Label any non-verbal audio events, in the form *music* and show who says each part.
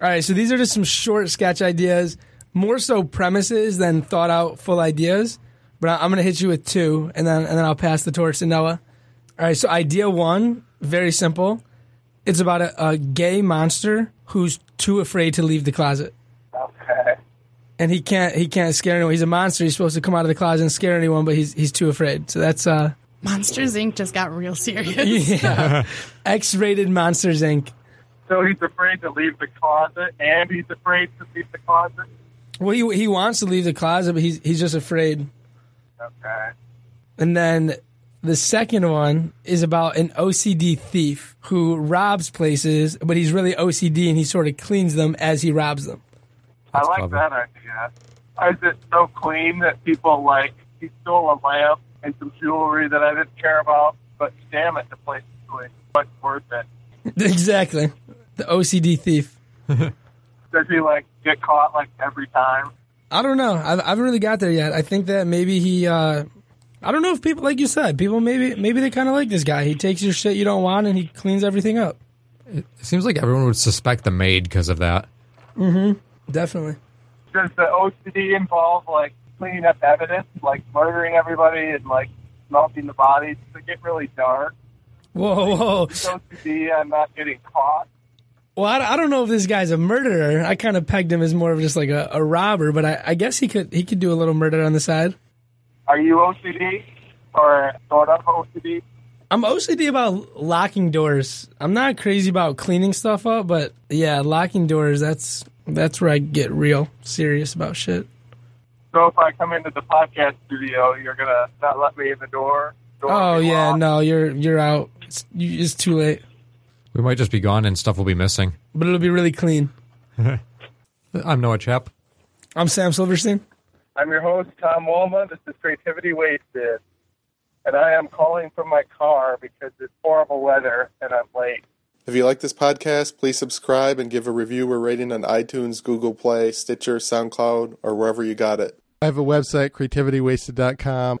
Speaker 1: All right, so these are just some short sketch ideas, more so premises than thought out full ideas. But I- I'm going to hit you with two, and then and then I'll pass the torch to Noah. All right, so idea one, very simple. It's about a, a gay monster who's too afraid to leave the closet,
Speaker 2: Okay.
Speaker 1: and he can't he can't scare anyone. He's a monster. He's supposed to come out of the closet and scare anyone, but he's he's too afraid. So that's uh *laughs*
Speaker 3: Monsters Inc. just got real serious.
Speaker 1: yeah, X-rated Monsters Inc.
Speaker 2: So he's afraid to leave the closet, and he's afraid to leave the closet.
Speaker 1: Well, he he wants to leave the closet, but he's he's just afraid.
Speaker 2: Okay.
Speaker 1: And then the second one is about an OCD thief who robs places, but he's really OCD and he sort of cleans them as he robs them. *laughs*
Speaker 2: I like
Speaker 4: clever.
Speaker 2: that idea. Is it so clean that people like he stole a lamp and some jewelry that I didn't care about? But damn it, the place is clean. But worth it.
Speaker 1: exactly. The OCD thief.
Speaker 2: Does he like get caught like every time?
Speaker 1: I don't know. I've, I haven't really got there yet. I think that maybe he. Uh, I don't know if people like you said. People maybe maybe they kind of like this guy. He takes your shit you don't want and he cleans everything up.
Speaker 4: It seems like everyone would suspect the maid because of that.
Speaker 1: Definitely.
Speaker 2: Does the OCD involve like cleaning up evidence, like murdering everybody and like melting the bodies? Does it get really dark?
Speaker 1: Whoa, whoa.
Speaker 2: Is OCD on not getting caught?
Speaker 1: Well, I, I don't know if this guy's a murderer. I kind of pegged him as more of just like a, a robber, but I, I guess he could he could do a little murder on the side.
Speaker 2: Are you OCD or sort of OCD?
Speaker 1: I'm OCD about locking doors. I'm not crazy about cleaning stuff up, but yeah, locking doors. That's that's where I get real serious about shit.
Speaker 2: So if I come into the podcast studio, you're gonna not let me in the door. Door
Speaker 1: Oh
Speaker 2: will be
Speaker 1: yeah,
Speaker 2: locked.
Speaker 1: no, you're you're out. It's, you, it's too late,
Speaker 4: We might just be gone and stuff will be missing.
Speaker 1: but it'll be really clean.
Speaker 4: I'm Noah Chap.
Speaker 1: I'm Sam Silverstein.
Speaker 2: I'm your host Tom Walma. This is Creativity Wasted, and I am calling from my car because it's horrible weather and I'm late.
Speaker 5: If you like this podcast, please subscribe and give a review or rating on iTunes, Google Play, Stitcher, SoundCloud, or wherever you got it. I have a website, creativitywasted.com,